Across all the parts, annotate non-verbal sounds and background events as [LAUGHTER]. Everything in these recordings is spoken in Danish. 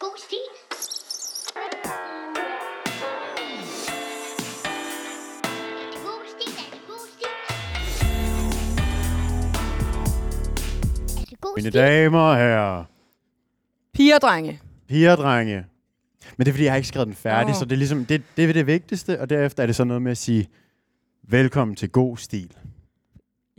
Boosty. Mine damer og herrer, Piger og drenge. piger og drenge. Men det er, fordi jeg har ikke skrevet den færdig, Åh. så det er ligesom, det, det er det vigtigste, og derefter er det så noget med at sige, velkommen til god stil.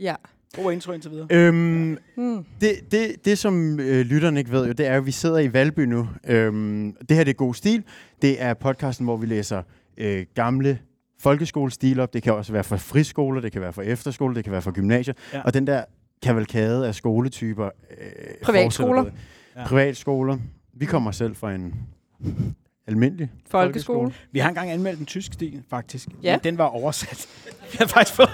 Ja. God intro indtil videre. Øhm, Mm. det, det, det, som øh, lytterne ikke ved jo, det er jo, at vi sidder i Valby nu. Øhm, det her, det er god stil. Det er podcasten, hvor vi læser øh, gamle folkeskolestil op. Det kan også være fra friskoler, det kan være fra efterskoler, det kan være fra gymnasier. Ja. Ja. Og den der kavalkade af skoletyper. Øh, Privatskoler. fortsætter med. Ja. Privatskoler. Vi kommer selv fra en almindelig Folkeskole. Vi har engang anmeldt en tysk stil, faktisk. Ja. Men den var oversat. [LAUGHS] Vi har faktisk fået,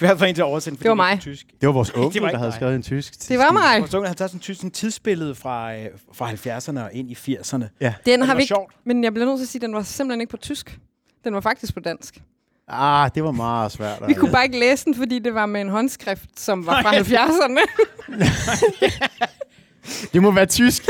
vi har fået en til at oversætte. Det var mig. Tysk. Det var [LAUGHS] vores onkel, Det var der ikke havde dig. skrevet en tysk. Det var mig. Vores unge havde taget sådan en tysk sådan tidsbillede fra, øh, fra 70'erne og ind i 80'erne. Den Det har var vi ikke, sjovt. men jeg bliver nødt til at sige, at den var simpelthen ikke på tysk. Den var faktisk på dansk. Ah, det var meget svært. altså. Vi kunne bare ikke læse den, fordi det var med en håndskrift, som var fra [LAUGHS] 70'erne. Det må være tysk.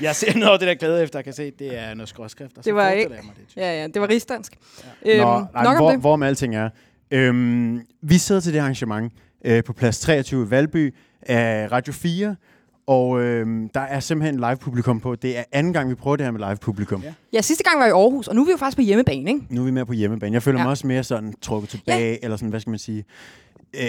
Jeg ser noget af det, der glæde efter, jeg kan se, det er noget skråskrift. og så Det var forestiller ikke- jeg Mig, det er tysk. Ja, ja, det var rigsdansk. Nå, Ja. Øhm, nej, nok om hvor, det. hvorom alting er. Øhm, vi sidder til det arrangement øh, på plads 23 i Valby af Radio 4, og øhm, der er simpelthen live publikum på. Det er anden gang, vi prøver det her med live publikum. Ja. Ja. Ja, sidste gang var jeg i Aarhus, og nu er vi jo faktisk på hjemmebane, ikke? Nu er vi mere på hjemmebane. Jeg føler ja. Ja. mig også mere sådan trukket tilbage, ja. eller sådan, hvad skal man sige, øh,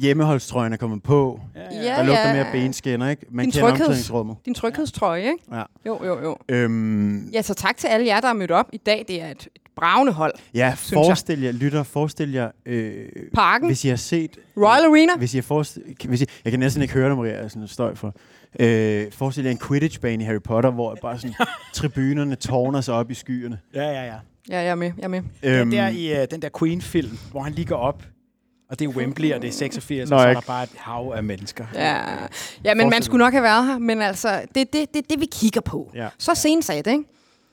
hjemmeholdstrøjen er kommet på. Ja. Ja, Der lugter mere benskinner, ikke? Man Din kender trygheds- omklædningsrummet. Din tryghedstrøje, ikke? Ja. Jo, jo, jo. Øhm, Ja, så tak til alle jer, der er mødt op i dag. Det er et, et bravende hold. Ja, jeg. forestil jer, lytter, forestil jer, øh, Parken, hvis I har set... Royal Arena. Hvis I har forestil, hvis I, jeg kan næsten ikke høre det, Maria, jeg er sådan støj for. Øh, forestil jer en Quidditch-bane i Harry Potter, hvor bare [LAUGHS] sådan, tribunerne tårner sig op i skyerne. Ja, ja, ja. Ja, jeg er med, jeg er med. Øhm. Den der, i, øh, den der Queen-film, hvor han ligger op, og det er Wembley, og det er 86, Nå, og så er ikke. der bare et hav af mennesker. Ja, ja men man Forestil skulle nok have været her. Men altså, det er det, det, det, vi kigger på. Ja. Så sent sagde det, ikke?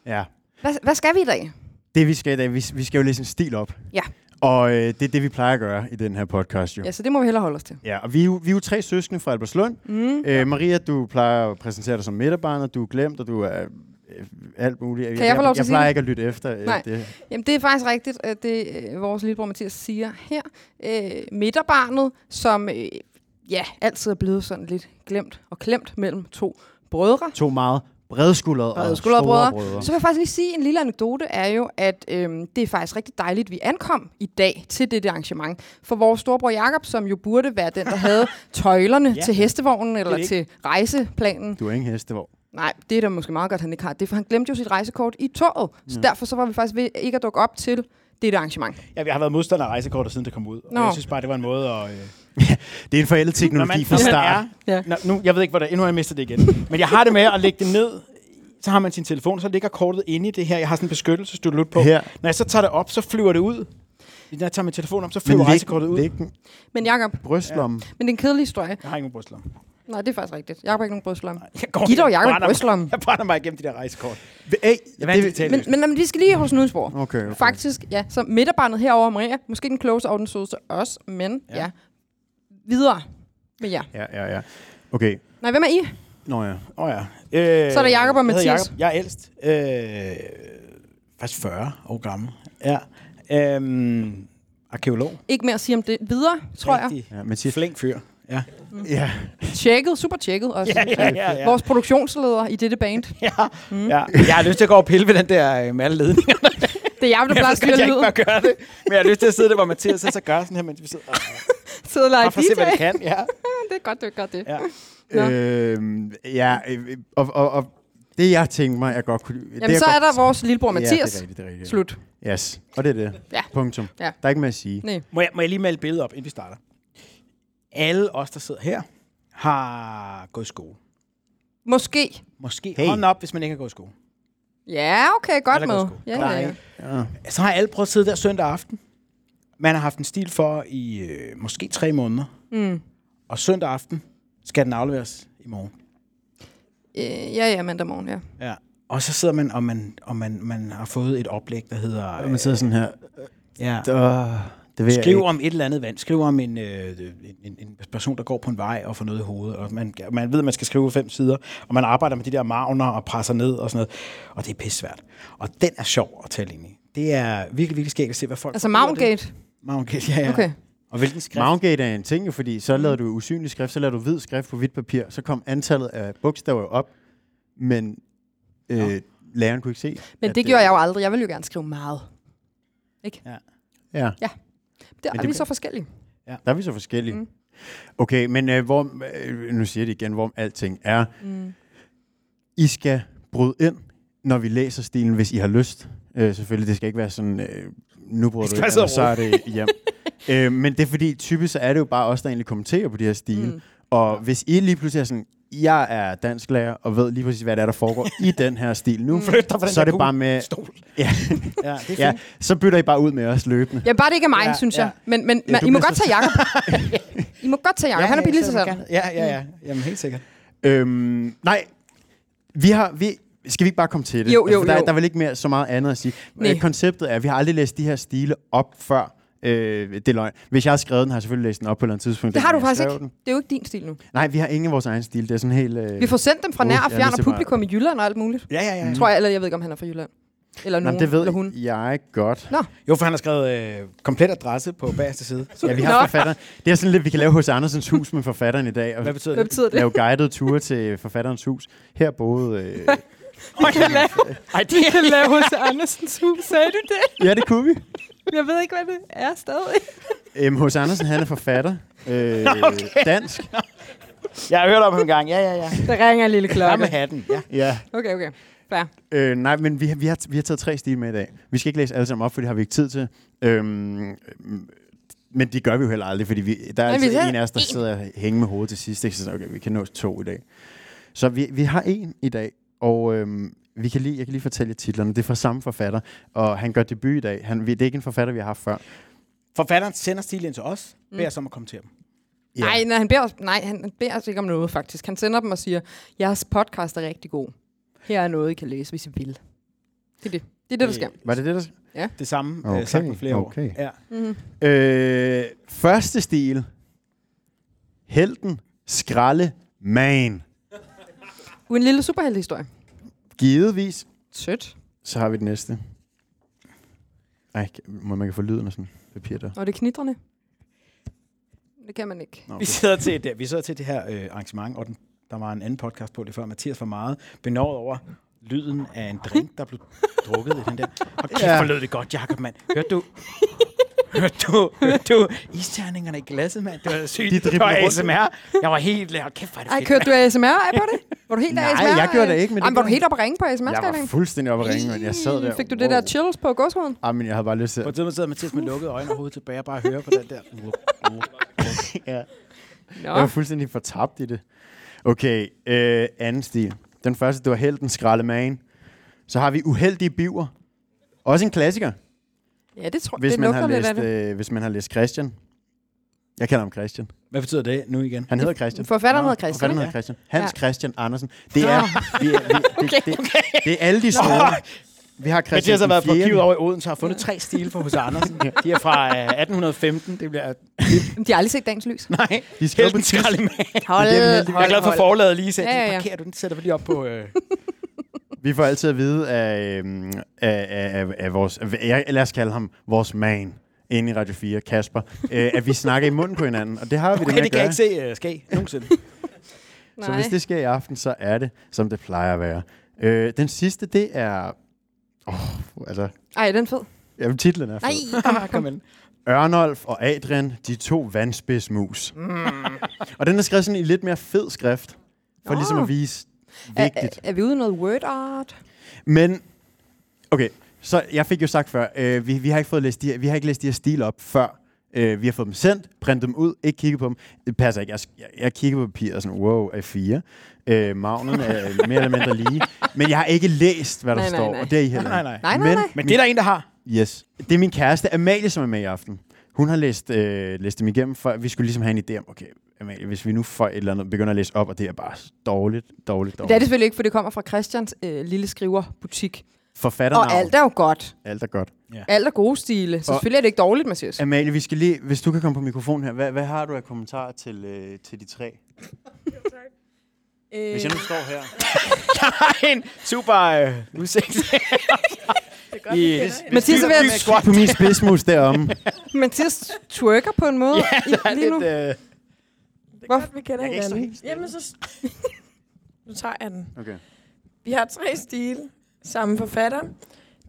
ja. Hvad, hvad skal vi i dag? Det vi skal i dag, vi, vi skal jo læse en stil op. Ja. Og øh, det er det, vi plejer at gøre i den her podcast jo. Ja, så det må vi hellere holde os til. Ja, og vi er, jo, vi er jo tre søskende fra Albertslund. Mm. Øh, Maria, du plejer at præsentere dig som midterbarnet, du er glemt, og du er øh, alt muligt. Kan jeg få lov til jeg at sige plejer det? ikke at lytte efter øh, Nej. det. Jamen, det er faktisk rigtigt, at det øh, vores lillebror Mathias siger her. Øh, midterbarnet, som øh, ja, altid er blevet sådan lidt glemt og klemt mellem to brødre. to meget bredskuldrede og store Bredskuldrede brødre. brødre. brødre. Så vil jeg faktisk lige sige, en lille anekdote er jo, at øhm, det er faktisk rigtig dejligt, at vi ankom i dag til dette arrangement. For vores storebror Jakob, som jo burde være den, der havde tøjlerne ja. til hestevognen eller ikke. til rejseplanen. Du er ingen hestevogn. Nej, det er da måske meget godt, han ikke har det, for han glemte jo sit rejsekort i toget. Så derfor så var vi faktisk ved ikke at dukke op til dette arrangement. Ja, jeg har været modstander af rejsekortet, siden det kom ud. Og Nå. jeg synes bare, det var en måde at... Øh, [LAUGHS] Det er en forældet teknologi fra start. Ja. Ja. Nå, nu, jeg ved ikke, hvordan endnu har jeg mistet det igen. [LAUGHS] Men jeg har det med at lægge det ned. Så har man sin telefon, så ligger kortet inde i det her. Jeg har sådan en beskyttelsesdulut på. Her. Når jeg så tager det op, så flyver det ud. Når jeg tager min telefon op, så Men flyver rejsekortet læg, ud. læg den Men Jakob, brystlommen. Ja. men det er en kedelig historie. Jeg har ikke nogen brystlomme. Nej, det er faktisk rigtigt. Jakob har ikke nogen brystlomme. [LAUGHS] Jeg går Giv dog jeg Jakob en brænder mig- brystlomme. [LAUGHS] Jeg brænder mig igennem de der rejsekort. Hey, Jeg vil det, ikke Men, men, men vi skal lige holde sådan spor. Okay, okay. Faktisk, ja. Så midterbarnet herover Maria. Måske den klogeste og den sødeste også, men ja. ja. Videre med jer. ja, ja, ja. Okay. Nej, hvem er I? Nå ja. Åh oh, ja. Øh, Så er der Jakob og jeg hedder Mathias. Jakob. Jeg er ældst. Øh, faktisk 40 år gammel. Ja. Øhm, arkeolog. Ikke mere at sige om det. Videre, tror jeg. Rigtig ja Mathias. Flink fyr. Ja. Ja. Tjekket, super tjekket også. Ja, ja, ja, ja. Vores produktionsleder i dette band. Ja, mm. ja. Jeg har lyst til at gå og pille ved den der øh, med alle ledninger. Det er Jakob, der Jeg plejer at forstår, at styre jeg ikke lyden. bare gør det. Men jeg har lyst til at sidde der, hvor Mathias så gør sådan her, mens vi sidder. Sidder og leger Bare for at se, hvad det DJ. kan. Ja. [LAUGHS] Det er godt, det er godt, det. Ja. Nå. Øhm, ja, øh, og, og, og det jeg tænkte mig, jeg godt kunne... Jamen, jeg så godt- er der vores lillebror Mathias. Ja, det er rigtigt, det er rigtigt. Slut. Yes, og det er det. Ja. Punktum. Ja. Der er ikke mere at sige. Nej. Må, jeg, må jeg lige male et billede op, inden vi starter? Alle os, der sidder her, har gået i skole. Måske. Måske Hey. hey. hånden op, hvis man ikke har gået i skole. Ja, okay, godt Eller med. godt sko. Ja, Nej. ja, ja. Så har alle prøvet at sidde der søndag aften. Man har haft en stil for i øh, måske tre måneder. Mm. Og søndag aften skal den afleveres i morgen. Øh, Ja, ja, mandag morgen, ja. Ja. Og så sidder man, og man, og man, man har fået et oplæg, der hedder... øh, Man sidder sådan her. ja. Åh, Det vil jeg Skriv ikke. om et eller andet vand. Skriv om en, øh, en, en- en person, der går på en vej og får noget i hovedet. Og man, man ved, at man skal skrive fem sider, og man arbejder med de der magner og presser ned og sådan noget. Og det er pisse svært. Og den er sjov at tale ind i. Det er virkelig, virkelig skægt at se, hvad folk... Altså bruger det. Mountgate. Mountgate, ja, ja. Okay. Og hvilken skrift? Mountgate er en ting jo, fordi så lavede Mm. du usynlig skrift, så lavede du hvid skrift på hvidt papir, så kom antallet af bogstaver jo op, men øh, læreren kunne ikke se. Men at, det gjorde øh, jeg jo aldrig. Jeg ville jo gerne skrive meget. Ja, Det er det- vi så forskellige. der er vi så forskellige. Mm. Okay, men øh, hvor, øh, nu siger jeg det igen, hvor alting er. Mm. I skal bryde ind, når vi læser stilen, hvis I har lyst. Øh, selvfølgelig, det skal ikke være sådan, øh, nu bryder du skal ind, altså og så er det [LAUGHS] hjem. øh, men det er fordi, typisk så er det jo bare os, der egentlig kommenterer på de her stile. Mm. Og hvis I lige pludselig er sådan, jeg er dansklærer og ved lige præcis, hvad det er, der foregår i den her stil [LAUGHS] nu, Flyt dig fra den så er der det bare gule med... Stol. Ja, [LAUGHS] Ja, det er ja, fint. så bytter I bare ud med os løbende. Ja, bare det ikke er mig, Ja, ja, synes ja. jeg. Men, men Ja, man, du I må bliver godt så- tage Jacob. [LAUGHS] I må godt tage Jacob. Han er Mm. billig sig så selv. gerne. Ja, ja, ja. Jamen, helt sikkert. Øhm, nej, vi har... Vi, skal vi ikke bare komme til det? Jo, jo, For der, jo. Der er vel ikke mere, så meget andet at sige. Nej. Øh, Konceptet er, at vi har aldrig læst de her stile op før. Øh, det er løgn. Hvis jeg har skrevet den, har jeg selvfølgelig læst den op på et eller andet tidspunkt. Det har du dengang jeg faktisk skrev ikke. Det er jo ikke din stil nu. Den. Nej, vi har ingen af vores egen stil. Det er sådan helt... Øh... Vi får sendt dem fra Uh, nær og jeg er fjern nødt og til bare- publikum i Jylland og alt muligt. Ja, ja, ja. Tror jeg, eller jeg ved ikke, om han er fra Jylland. Eller Nå, nogen, men det ved eller hun. jeg godt. Jo, for han har skrevet øh, komplet adresse på bagerste side. Så Ja, vi Nå. har forfatteren. Det er sådan lidt, vi kan lave hos Andersens hus med forfatteren i dag. Og hvad betyder Hvad det? betyder det? [LAUGHS] lave guidede ture til forfatterens hus. Her boede... Øh... [LAUGHS] Vi kan lave, vi kan lave hos Andersens hus. Sagde du det? Ja, det kunne vi. Jeg ved ikke, hvad det er stadig. Øhm, hos Andersen, han er forfatter. Øh, Dansk. Jeg har hørt om ham en gang. Ja, ja, ja. Der ringer en lille Ham med klokke. hatten. Ja. Ja. Okay, okay. Fair. Øh, nej, men vi, har- vi, har, vi har taget tre stile med i dag. Vi skal ikke læse alle sammen op, for det har vi ikke tid til. Øhm, øhm, men det gør vi jo heller aldrig, fordi vi, der er Nej, vi altid tager en af os, der én. sidder og hænger med hovedet til sidst. Ikke? Så sådan, okay, vi kan nå to i dag. Så vi, vi har en i dag, og øhm, vi kan lige, jeg kan lige fortælle jer titlerne. Det er fra samme forfatter, og han gør debut i dag. Han, vi, det er ikke en forfatter, vi har haft før. Forfatteren sender stilen til os. Mm. Beder os om at kommentere dem. Ja. Nej, nej, han beder os, nej, han beder os ikke om noget, faktisk. Han sender dem og siger, jeres podcast er rigtig god. Her er noget, I kan læse, hvis I vil. Det er det. Det Øh. er det, der sker. Var det det, der... Øh, Det samme, okay. Okay, øh, sagt med flere okay. år. Ja. Øh, første stil. Helten, skralde, man. Uden en lille superheltehistorie. Givetvis Sødt. Så har vi det næste. Ej, kan- må man kan få lyden af sådan et papir der. Og det er knitrende. Det kan man ikke. Nå, Vi okay. sidder til det, vi sidder til det her øh, arrangement, og den, der var en anden podcast på det før, Mathias var meget benovet over lyden af en drink, der blev drukket i den der. Og kæft, Ja. ja. lød det godt, Jacob, mand. Hørte du? Hørte du? Hørte du? Isterningerne i glasset, mand. Det var sygt. De det var dribler rundt. ASMR. Jeg var helt... Hold kæft, var det Ej, fedt. kørte du ASMR af på det? Var du helt [LAUGHS] Nej, ASMR? jeg gjorde det ikke, men Jamen, det var du gjorde- helt oppe at ringe på asmr Jeg var fuldstændig oppe at ringe, men jeg sad der. Fik du det der wow. chills på godshuden? Ej, men jeg havde bare lyst til På et at... tidspunkt sidder Mathias med lukkede øjne og hovedet tilbage og bare hører på [LAUGHS] den der. Ja. Nå. Jeg var fuldstændig fortabt i det. Okay, øh, anden stil. Den første, det var Helten Skralde Man. Så har vi Uheldige Biver. Også en klassiker, Ja, det tror jeg. hvis Det man, har lugter lidt af læst, det. øh, hvis man har læst Christian. Jeg kalder ham Christian. Hvad betyder det nu igen? Han hedder Christian. Forfatteren Nå, hedder Christian. Forfatteren ikke? hedder Christian. Hans Ja. Christian Andersen. Det er, vi er, vi, det, det, det, det er alle de store. Vi har Christian Mathias har den været på fjerde. kivet over i Odense og har fundet tre stile fra hos Andersen. De er fra øh, 1815. Det bliver... Jamen, De har aldrig set dagens lys. Nej, De skrev på Helten tysk. skralde med. Hold, det er heldigt. Jeg er glad for hold. forladet lige sagde, Ja, ja, ja, ja. ja. parkerer du, den sætter vi lige op på... Øh. Vi får altid at vide af, øhm, af, af, af, af vores, af, jeg- lad os kalde ham vores man inde i Radio 4, Kasper, øh, at vi snakker i munden på hinanden, og det har vi det Okay, med det at kan gøre. jeg ikke se øh, ske nogensinde. Så hvis det sker i aften, så er det, som det plejer at være. Øh, den sidste, det er... Oh, altså, Ej, er [LAUGHS] den fed. jamen, titlen er fed. Nej, Ah, Kom ind. Ørnolf og Adrian, de to vandspidsmus. Mm. og den er skrevet sådan i lidt mere fed skrift, for oh. ligesom Nå. at vise er, vigtigt. er, er vi ude i noget word art? Men, okay, så jeg fik jo sagt før, øh, vi, vi, har ikke fået læst de her, vi har ikke læst de her stil op før. Øh, vi har fået dem sendt, printet dem ud, ikke kigget på dem. Det passer ikke. Jeg, jeg, jeg kigger på papiret og sådan, wow, af fire. Øh, magnen er mere eller mindre [LAUGHS] lige. Men jeg har ikke læst, hvad der Nej, nej, står, nej. og det er I heller Nej, ikke. nej. Nej, nej, Men, nej. Men det er der en, der [LAUGHS] har. Yes. Det er min kæreste, Amalie, som er med i aften. Hun har læst, øh, læst dem igennem, for vi skulle ligesom have en idé om, okay, Amalie, hvis vi nu får et eller andet, begynder at læse op, og det er bare dårligt, dårligt, Det er det dårligt. selvfølgelig ikke, for det kommer fra Christians øh, lille skriverbutik. forfatternavn. Og alt er jo godt. alt er godt. Alt er gode stile. Så Og- selvfølgelig er det ikke dårligt, Mathias. Amalie, vi skal lige, hvis du kan komme på mikrofonen her. Hvad, hvad har du af kommentarer til, øh, til de tre? Hvis jeg nu står her. en super øh, udsigt. yes. Mathias er ved at- Squat på min spidsmus deromme. Mathias twerker på en måde ja, lige nu. Lidt, øh, Det er Hvorfor- godt, vi kender Jeg kan ikke stå helt hinanden. stille. Jamen, så... s- [LAUGHS] nu tager jeg den. Okay. Vi har tre stile, samme forfatter.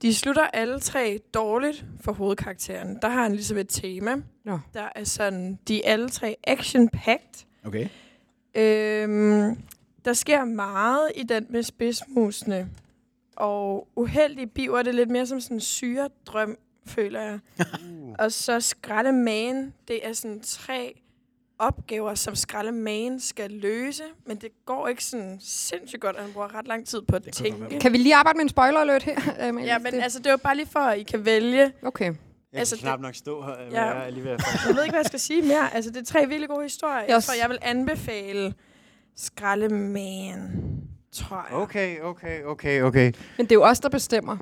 De slutter alle tre dårligt for hovedkarakteren. Der har han ligesom et tema. Nå. Der er sådan, de er alle tre action-packed. okay. Øhm, der sker meget i den med spidsmusene. Og uheldig biver er det lidt mere som sådan en syredrøm, føler jeg. Uh. og så skraldemagen, det er sådan tre opgaver, som skraldemagen skal løse. Men det går ikke sådan sindssygt godt, og han bruger ret lang tid på at Det kunne godt være, tænke. Kan vi lige arbejde med en spoiler alert her? [LAUGHS] Amalie? Ja, men Det- altså, det var bare lige for, at I kan vælge. Okay. Jeg Altså, altså, det- kan knap nok stå her, men Ja. jeg er lige ved at Jeg ved ikke, hvad jeg skal sige mere. Altså, det er tre virkelig gode historier. Jeg Yes. tror, jeg vil anbefale skraldemagen, tror jeg. Okay, okay, okay, okay. Men det er jo os, der bestemmer.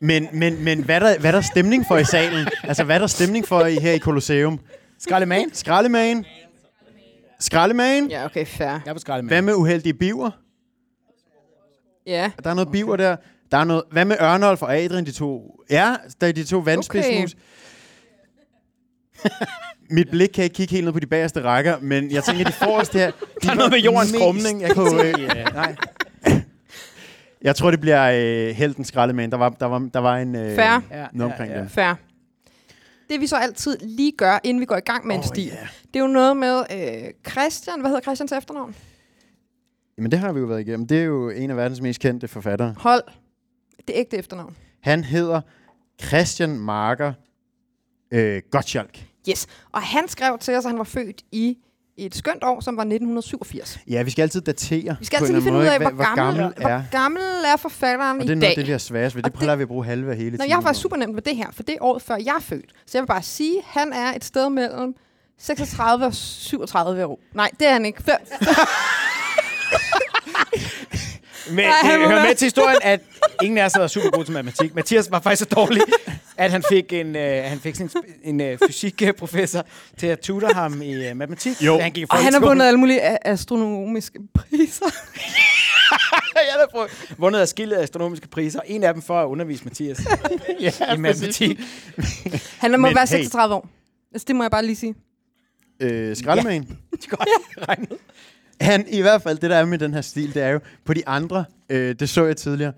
Men, men, men hvad, er der, hvad er der stemning for i salen? Altså, hvad er der stemning for i, her i Colosseum? Skraldemand. Skraldemagen? Skraldemagen? Ja, okay, fair. Jeg er på skraldemand. Hvad med uheldige biver? Ja. Der er noget biver der. Der er noget... Hvad med Ørnolf og Adrian, de to? Ja, der er de to vandspidsmus. Okay. Mit blik kan ikke kigge helt ned på de bagerste rækker, men jeg tænker, de forreste her... De der noget med jordens krumning, [LAUGHS] Jeg, kan, øh, nej. jeg tror, det bliver øh, helten skraldemand. Der var, der var, der var en... Øh, Fair. Ja, Noget omkring ja, ja. det. Fair. Det vi så altid lige gør, inden vi går i gang med oh, en stil, yeah. det er jo noget med øh, Christian. Hvad hedder Christians efternavn? Jamen, det har vi jo været igennem. Det er jo en af verdens mest kendte forfattere. Hold. Det er ægte efternavn. Han hedder Christian Marker øh, Gottschalk. Yes. Og han skrev til os, at han var født i et skønt år, som var 1987. Ja, vi skal altid datere. Vi skal på en altid lige eller anden finde ud af, måde, hvor, ikke? gammel, gammel er. hvor gammel er forfatteren Og det er i noget, af dag. det, vi har sværest ved. Og Det prøver vi at bruge halve af hele Nå, tiden. jeg var super nemt med det her, for det er året før jeg er født. Så jeg vil bare sige, at han er et sted mellem 36 og 37 år. Nej, det er han ikke. Fem- [LAUGHS] Men Ej, han det må hører være- med til historien, at ingen af os var super god til matematik. Mathias var faktisk så dårlig, at han fik en, øh, han fik sådan en, sp- en øh, fysikprofessor til at tutor ham i øh, matematik. Jo. da Han gik i Og han har folkeskolen. [LAUGHS] vundet alle mulige a- astronomiske priser. [LAUGHS] Jeg har fået- vundet af skille astronomiske priser. En af dem for at [LAUGHS] undervise Mathias ja, i matematik. [LAUGHS] Han må Men være hey. 36 år. Altså, det må jeg bare lige sige. Øh, Skraldemagen. Ja. Det er godt regnet. Han, i hvert fald, det der er med den her stil, det er jo, på de andre, øh, det så jeg tidligere,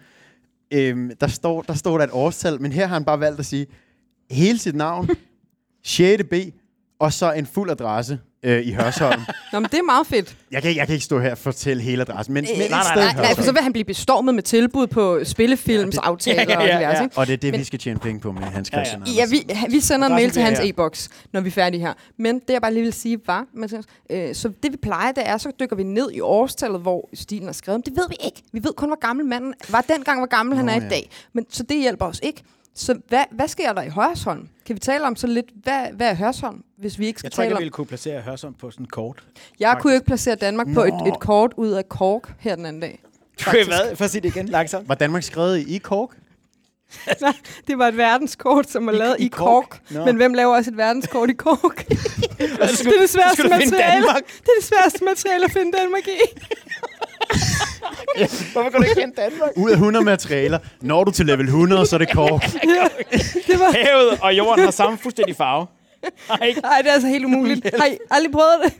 øh, der, står, der står der et årstal, men her har han bare valgt at sige hele sit [LAUGHS] navn, 6. B, og så en fuld adresse øh, i [LAUGHS] Hørsholm. Nå, men det er meget fedt. jeg, kan, ikke- jeg kan ikke stå her og fortælle hele adressen, men, men Øh, nej, et nej, sted i nej, nej, for Hørsholm. så vil han blive bestormet med tilbud på [LAUGHS] spillefilmsaftaler Ja, ja, ja, og diverse. ja. ikke? Og det er det, Men- vi skal tjene penge på med Hans ja. Christian Ja, vi, vi sender en mail til hans Adressen e-boks, når vi er færdige her. Men det, jeg bare lige vil sige, var... Mathias, øh, så det, vi plejer, det er, så dykker vi ned i årstallet, hvor stilen er skrevet. Men det ved vi ikke. Vi ved kun, hvor gammel manden var dengang, hvor gammel Nå, han Nå, er ja. i dag. Men, så det hjælper os ikke. Så hvad, hvad sker der i Hørsholm? Kan vi tale om så lidt, hvad, hvad er Hørsholm, hvis vi ikke skal Jeg tror ikke, tale jeg om... ville kunne placere Hørsholm på sådan en kort. Jeg kunne jo ikke placere Danmark på et, et kort ud af Kork her den anden [LAUGHS] dag. Faktisk. Hvad? For at sige det igen langsomt. Var Danmark skrevet i Kork? Altså, Det var et verdenskort, som var lavet i, i i Cork. Kork. Nå. Men hvem laver også et verdenskort i Kork? Og så Det er det så sværeste skulle du finde materiale. Danmark. Det er det sværeste materiale at finde Danmark i. Hvorfor kan du ikke kende Danmark? Ud af 100 materialer, når du til level 100, så er det Kork. Det var, Havet og jorden har samme fuldstændig farve. Nej, ikke? ej, det er altså helt umuligt. Har I aldrig prøvet det?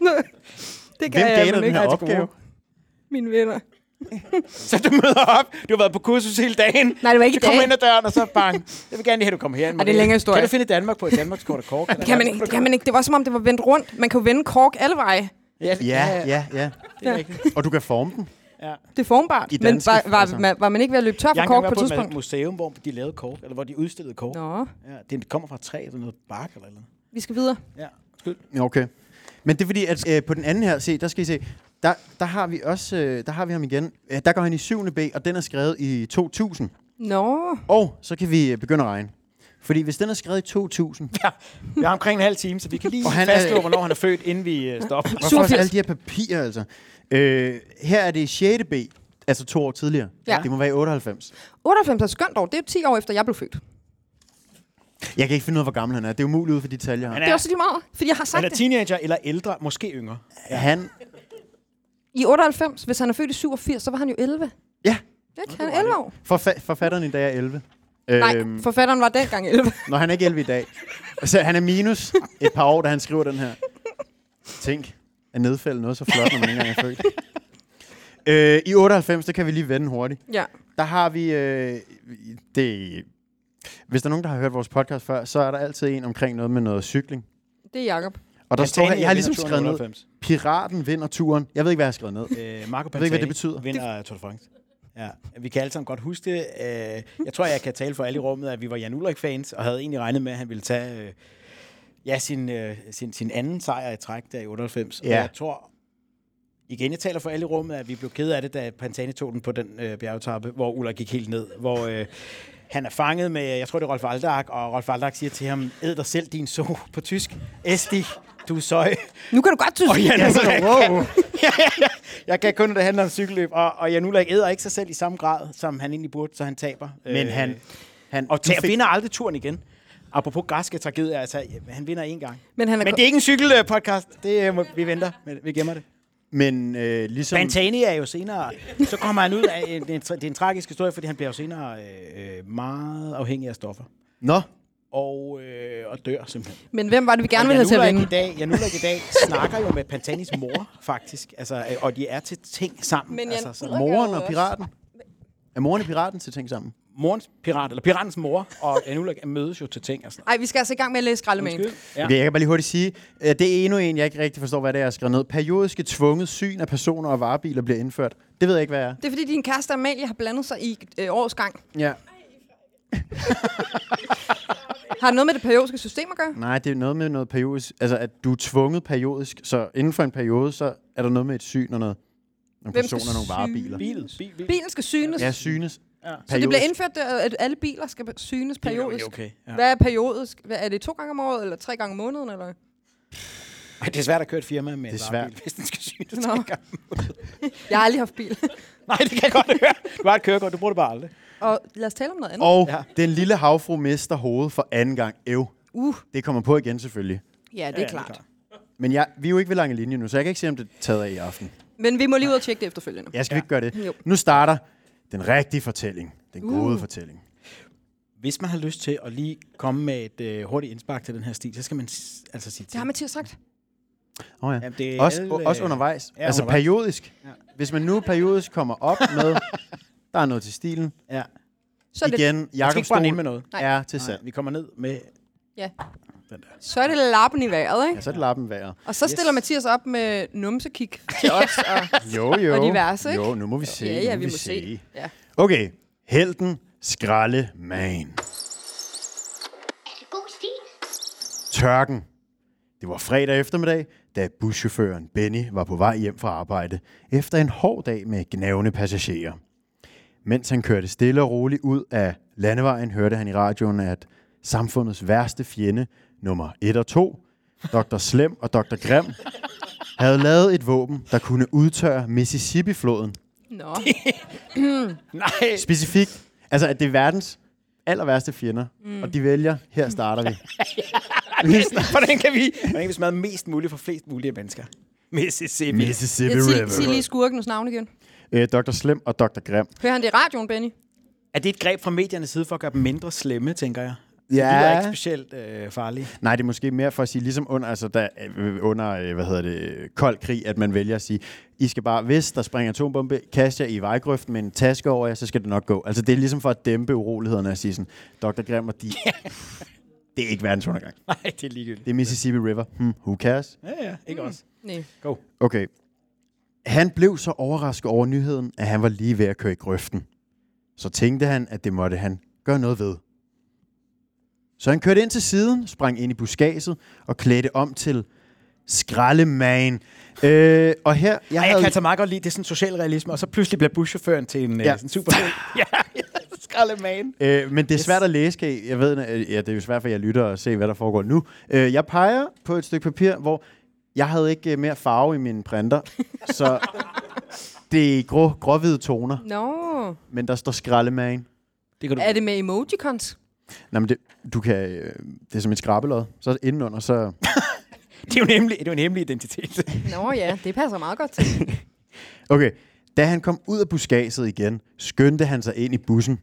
Nej, aldrig prøvet. det kan Hvem jeg gav dig men den ikke her rigtig opgave? gode. Mine venner. Så du møder op, du har været på kursus hele dagen. Nej, det var ikke du i kommer dag. ind ad døren, og så bang. Jeg vil gerne lige have, du kommer herind. Ej, det er en længere historie. Kan du finde Danmark på et Danmarkskort og kort? Det [LAUGHS] kan man ikke. Det, kan man ikke. det var som om, det var vendt rundt. Man kan jo vende kork alle veje. Ja, Ja, ja, ja. Det er rigtigt. Og du kan forme den. Det er formbart. I men danske var, var, altså. man, var man ikke ved at løbe tør Jeg for har engang kork på været et på, et tidspunkt? museum, hvor de lavede kort, eller hvor de udstillede kort. Nå, Ja, det kommer fra et træ eller noget bark eller noget. vi skal videre. Ja, skyld. Ja, Okay. Men det er fordi, at øh, på den anden her, se, der skal I se, der, der har vi også, øh, der har vi ham igen. Øh, der går han i 7. B, og den er skrevet i 2000. Nå, Og så kan vi øh, begynde at regne. Fordi hvis den er skrevet i 2000, Ja, vi har omkring en halv time, så vi kan lige Og han er- [LAUGHS] fastslå, hvornår han er født, inden vi øh, stopper. hvorfor også 87. alle de her papirer, altså? Øh, her er det 6. B, altså to år tidligere. Ja. Ja. Det må være i 98. 98 er et skønt år. Det er 10 år efter, jeg blev født. Jeg kan ikke finde ud af, hvor gammel han er. Det er umuligt ud for de tal, jeg har. Han Han er, Det er også lige meget, fordi jeg har sagt han er det. teenager eller ældre, måske yngre. er, han, I 98, hvis han er født i 87, så var han jo 11. Ja. Det han er 11 år. forfa- forfatteren i dag er 11. Øhm. Nej, forfatteren var dengang 11. Når han er ikke 11 i dag. Så han er minus et par år, da han skriver den her. Tænk, at nedfælde noget så flot, når man ikke engang er født. Øh, I 98, der kan vi lige vende hurtigt. ja. Der har vi... Øh, det, hvis der er nogen, der har hørt vores podcast før, så er der altid en omkring noget med noget cykling. [LAUGHS] Det er Jacob. Og der står her, Catania jeg har vinder ligesom skrevet ned, 298. piraten vinder turen. Jeg ved ikke, hvad jeg har skrevet ned. Øh, Marco Jeg ved ikke, hvad Pantani det betyder. vinder Tour de France. Ja, vi kan alle sammen godt huske det. Øh, jeg tror, jeg kan tale for alle i rummet, at vi var Jan Ulrik-fans, og havde egentlig regnet med, at han ville tage øh, ja, sin, øh, sin, sin anden sejr i træk der i 98. Og Ja. jeg tror, igen, jeg taler for alle i rummet, at vi blev ked af det, da Pantani tog den på den øh, bjergetappe, hvor Ulrik gik helt ned, hvor... Øh, han er fanget med, jeg tror det er Rolf Aldag, og Rolf Aldag siger til ham, æd dig selv din so på tysk. Esti, du er søj. Nu kan du godt tyde. Og Jan Jeg Ulrik, sådan, wow. ja, ja, ja. [LAUGHS] Jeg kan kun, når det handler om cykelløb. Og, og Jan Ulrik æder ikke sig selv i samme grad, som han egentlig burde, så han taber. Men Øh, han... han og du tager, vinder aldrig turen igen. Apropos græske tragedier, altså, han vinder én gang. Men han er Men det er ikke en cykelpodcast. Det, øh, må- vi venter. Men Vi gemmer det. Men øh, ligesom... Bantani er jo senere... Så kommer han ud af... En, det er en tra- det er en tragisk historie, fordi han bliver jo senere øh, øh, meget afhængig af stoffer. Nå, Og, øh, og dør simpelthen. Men hvem var det, vi gerne Og ville have til at Jan Ulrik vinde? i dag, Jan Ulrik i dag snakker jo med Pantanis mor, faktisk. Altså, øh, og de er til ting sammen. Men Jan altså, så- Ulrik- moren og piraten. Er moren og piraten til ting sammen? morens pirat, eller piratens mor, og [LAUGHS] Jan Ulrik mødes jo til ting og sådan Ej, vi skal altså i gang med at læse skraldemænd. noget. Ja. Okay, jeg kan bare lige hurtigt sige, øh, det er endnu en, jeg ikke rigtig forstår, hvad det er, jeg har skrevet ned. Periodiske tvunget syn af personer og varebiler bliver indført. Det ved jeg ikke, hvad er. Det er fordi, din kæreste Amalie har blandet sig i øh, årets gang. Ja. Har det noget med det periodiske system at gøre? Nej, det er noget med noget periodisk. Altså, at du er tvunget periodisk, så inden for en periode, så er der noget med et syn og noget. Nogle Hvem skal personer og nogle varebiler. Bil, bil, bil. Bilen skal synes. Ja, synes. Ja. så det bliver indført, øh, at alle biler skal synes periodisk. Okay, ja. Hvad er periodisk? Hvad, er det to gange om året, eller tre gange om måneden? Eller? Ej, Det er svært at køre et firma med Det er en svært. varebil, hvis den skal synes. Nå. Jeg har aldrig haft bil. Nej, det kan jeg godt høre. Du har et kørekort, du bruger det bare aldrig. Og lad os tale om noget andet. Og Ja. ja. den lille havfru mister hovedet for anden gang. Ev. Uh, Det kommer på igen, selvfølgelig. ja, det er klart. Men jeg, vi er jo ikke ved lange linje nu, så jeg kan ikke se, om det er taget af i aften. Men vi må lige ud og tjekke det efterfølgende. Jeg skal ja. ikke gøre det. Jo. Nu starter den rigtige fortælling. Den gode fortælling. Hvis man har lyst til at lige komme med et øh, hurtigt indspark til den her stil, så skal man s- altså sige Det til. har Mathias sagt. Oh, ja. Jamen, det er også, alle, alle, også øh, undervejs. ja, Ja, altså undervejs. undervejs. periodisk. Ja. Hvis man nu periodisk kommer op med, der er noget til stilen. Ja. Så er det, Igen, Jeg skal Jakob ikke brænde Stol ind med noget. Nej. er til Nej, salg. vi kommer ned med... ja. Den der. så er det lappen i vejret, ikke? Ja, så er det lappen værd. Og så stiller Yes. Mathias op med numsekik til os. Og, Jo, jo. Og diverse, ikke? Jo, nu må vi se. ja, nu ja, må vi må se. Ja. Okay, helten skralde man. det god stil? Tørken. Det var fredag eftermiddag, da buschaufføren Benny var på vej hjem fra arbejde efter en hård dag med gnavne passagerer. Mens han kørte stille og roligt ud af landevejen, hørte han i radioen, at samfundets værste fjende, nummer 1 og 2, Dr. Slem og Dr. Grim, havde lavet et våben, der kunne udtørre Mississippi-floden. nå, [LAUGHS] Nej, Specifikt, altså at det er verdens aller værste fjender, mm. og de vælger, her starter [LAUGHS] vi. [LAUGHS] hvordan kan vi, hvordan kan vi smadre mest muligt for flest mulige mennesker? Mississippi. Mississippi jeg sig, sig lige River. skurkenes navn igen. Øh, Dr. Slem og Dr. Grim. Hører han det i radioen, Benny? Er det et greb fra mediernes side for at gøre dem mindre slemme, tænker jeg? Ja. De er ikke specielt øh, farlige. Nej, det er måske mere for at sige, ligesom under, altså, der, øh, under øh, hvad hedder det, øh, kold krig, at man vælger at sige, I skal bare, hvis der springer en atombombe, kast jer i vejgrøften med en taske over jer, så skal det nok gå. Altså, det er ligesom for at dæmpe urolighederne og sige sådan, Dr. Grim og de, det er ikke verdensundergang. [LAUGHS] Nej, det er ligegyldigt. Det er Mississippi River. Hmm, who cares? Ja, ja, ikke mm. os. Nej. Okay. Han blev så overrasket over nyheden, at han var lige ved at køre i grøften. Så tænkte han, at det måtte han gøre noget ved. Så han kørte ind til siden, sprang ind i buskaget og klædte om til skraldemagen. Øh, og her... Jeg, jeg kan altså meget godt lide, det er sådan social realisme, og så pludselig bliver buschaufføren til en, øh, ja. Ja. sådan super... [LAUGHS] ja, ja, skraldeman. Øh, men det er Yes. svært at læse, kan I? Jeg ved, øh, ja, det er jo svært for jer lytter at se, hvad der foregår nu. Øh, jeg [LAUGHS] peger på et stykke papir, hvor jeg havde ikke øh, mere farve i min printer, så Det er i grå, gråhvide toner, Nå. men der står skraldemagen. Det kan du. Er det med emojicons? Nej, men det, du kan, øh, det er som et skrabelod. Så indenunder, så... Det er jo en hemmelig, det er jo en hemmelig identitet. Nå ja, det passer meget godt til. Okay, da han kom ud af buskaget igen, skyndte han sig ind i bussen.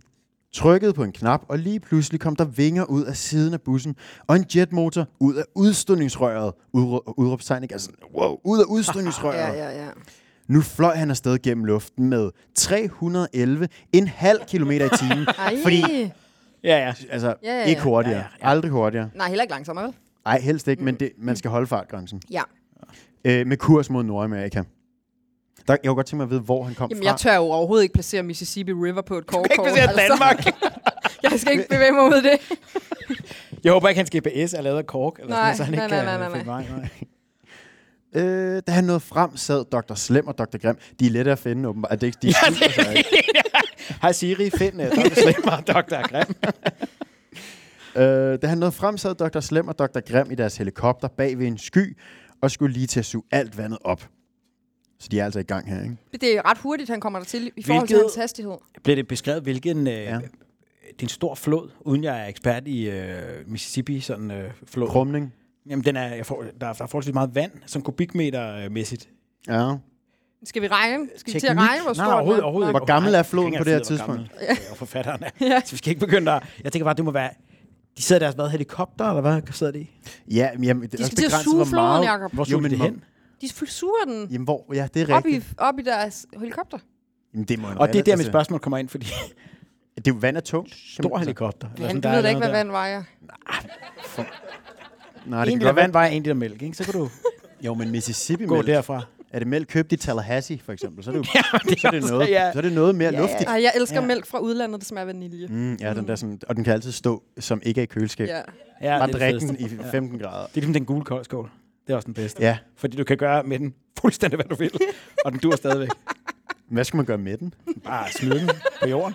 Trykkede på en knap, og lige pludselig kom der vinger ud af siden af bussen, og en jetmotor ud af udstødningsrøret. Udrå- udråbstegn, ikke? Altså, wow, ud af udstødningsrøret. [LAUGHS] Ja, ja, ja. Nu fløj han afsted gennem luften med 311, en halv kilometer i timen. Ej. Fordi, ja, ja. altså, [LAUGHS] Ja, ja, Mm. ja. ikke hurtigere. Aldrig hurtigere. Nej, heller ikke langsommere, vel? Nej, helst ikke, men det, man skal holde fartgrænsen. Ja. Øh, med kurs mod Nordamerika. Der, jeg kunne godt tænke mig at vide, hvor han kom Jamen, fra. jeg tør jo overhovedet ikke placere Mississippi River på et kort. Altså, Ikke baseret Danmark. [LAUGHS] Jeg skal ikke bevæge mig ud i det. Jeg håber ikke, hans GPS er lavet af kork. Eller Nej, sådan, noget, så han nej, ikke nej, kan nej, nej, finde vej. nej. Øh, da han nåede frem, sad Dr. Slem og Dr. Grim. De er lette at finde, åbenbart. Er altså, det ikke, de ja, det... Sig ikke. Hej Siri, find uh, Dr. Slimmer og Dr. Grim. Øh, da han nåede frem, sad Dr. Slem og Dr. Grim i deres helikopter bag ved en sky, og skulle lige til at suge alt vandet op. Så de er altså i gang her, ikke? Det er ret hurtigt, han kommer der til i forhold til Hvilket- hans hastighed. [LAUGHS] Bliver det beskrevet, hvilken... Uh, ja. Ja. Det er en stor flod, uden jeg er ekspert i øh, Mississippi, sådan øh, flod. Krumning. Jamen, den er, jeg får, der, er- der er forholdsvis meget vand, sådan kubikmetermæssigt. Ja. Skal vi regne? Skal vi til at Teknik? regne, hvor Nej, stort den er? overhovedet, overhovedet Hvor ikke. gammel er floden Jeg på kan det her ikke engang vide, tidspunkt? hvor gammel, øh, Og forfatteren er. ja. Så vi skal ikke begynde at... Jeg tænker bare, det må være... De sidder i deres hvad, helikopter, eller hvad sidder de? i? Ja, men jamen, det er De også skal til at begrænset, suge hvor floden, meget... Jacob. Hvor Jo, skulle de men det hen? De suger den Jamen, hvor... Ja, det er op i, rigtigt. op i deres helikopter. Jamen, det må en Og det er der, altså, mit spørgsmål kommer ind, fordi Det er jo vand er tungt. kan man- stor helikopter. eller Ja, sådan, du der er ved da ikke, noget hvad der. vand vejer. Nej, det En kan liter godt vand vand. vejer en liter mælk, ikke? Så [LAUGHS] kan du Jo, men Mississippi gå mælk. [LAUGHS] derfra. Er det mælk købt i Tallahassee, for eksempel? Så er det, jo, så er det, også- noget, ja. så er det noget mere luftigt. Ej, jeg elsker Ja. mælk fra udlandet, der smager af vanilje. Mm, ja, den der sådan, og den kan altid stå, som ikke er i køleskab. Ja. Ja, Bare det er det drikke den fedeste. i 15 grader. Det er ligesom den gule koldskål. Det er også den bedste. Ja, Fordi du kan gøre med den fuldstændig, hvad du vil. Og den dur stadigvæk. hvad skal man gøre med den? [LAUGHS] Bare smide den på jorden.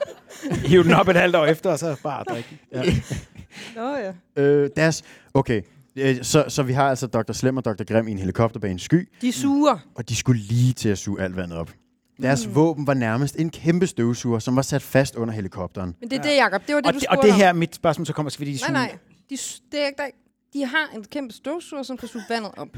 Hiv den op et halvt år efter, og så bare drikke den. Ja. Nå ja. Øh, deres, okay, øh, så, så vi har altså Dr. Slem og Dr. Grim i en helikopter bag en sky, De suger. og de skulle lige til at suge alt vandet op. Deres mm. våben var nærmest en kæmpe støvsuger, som var sat fast under helikopteren. Men det er det, Jacob. Det var det, Og, du det, spurgte og det om. her, mit spørgsmål, så kommer så fordi de Nej, suger- nej. De, s- det er ikke, der, er ikke- de har en kæmpe støvsuger, som kan suge vandet op.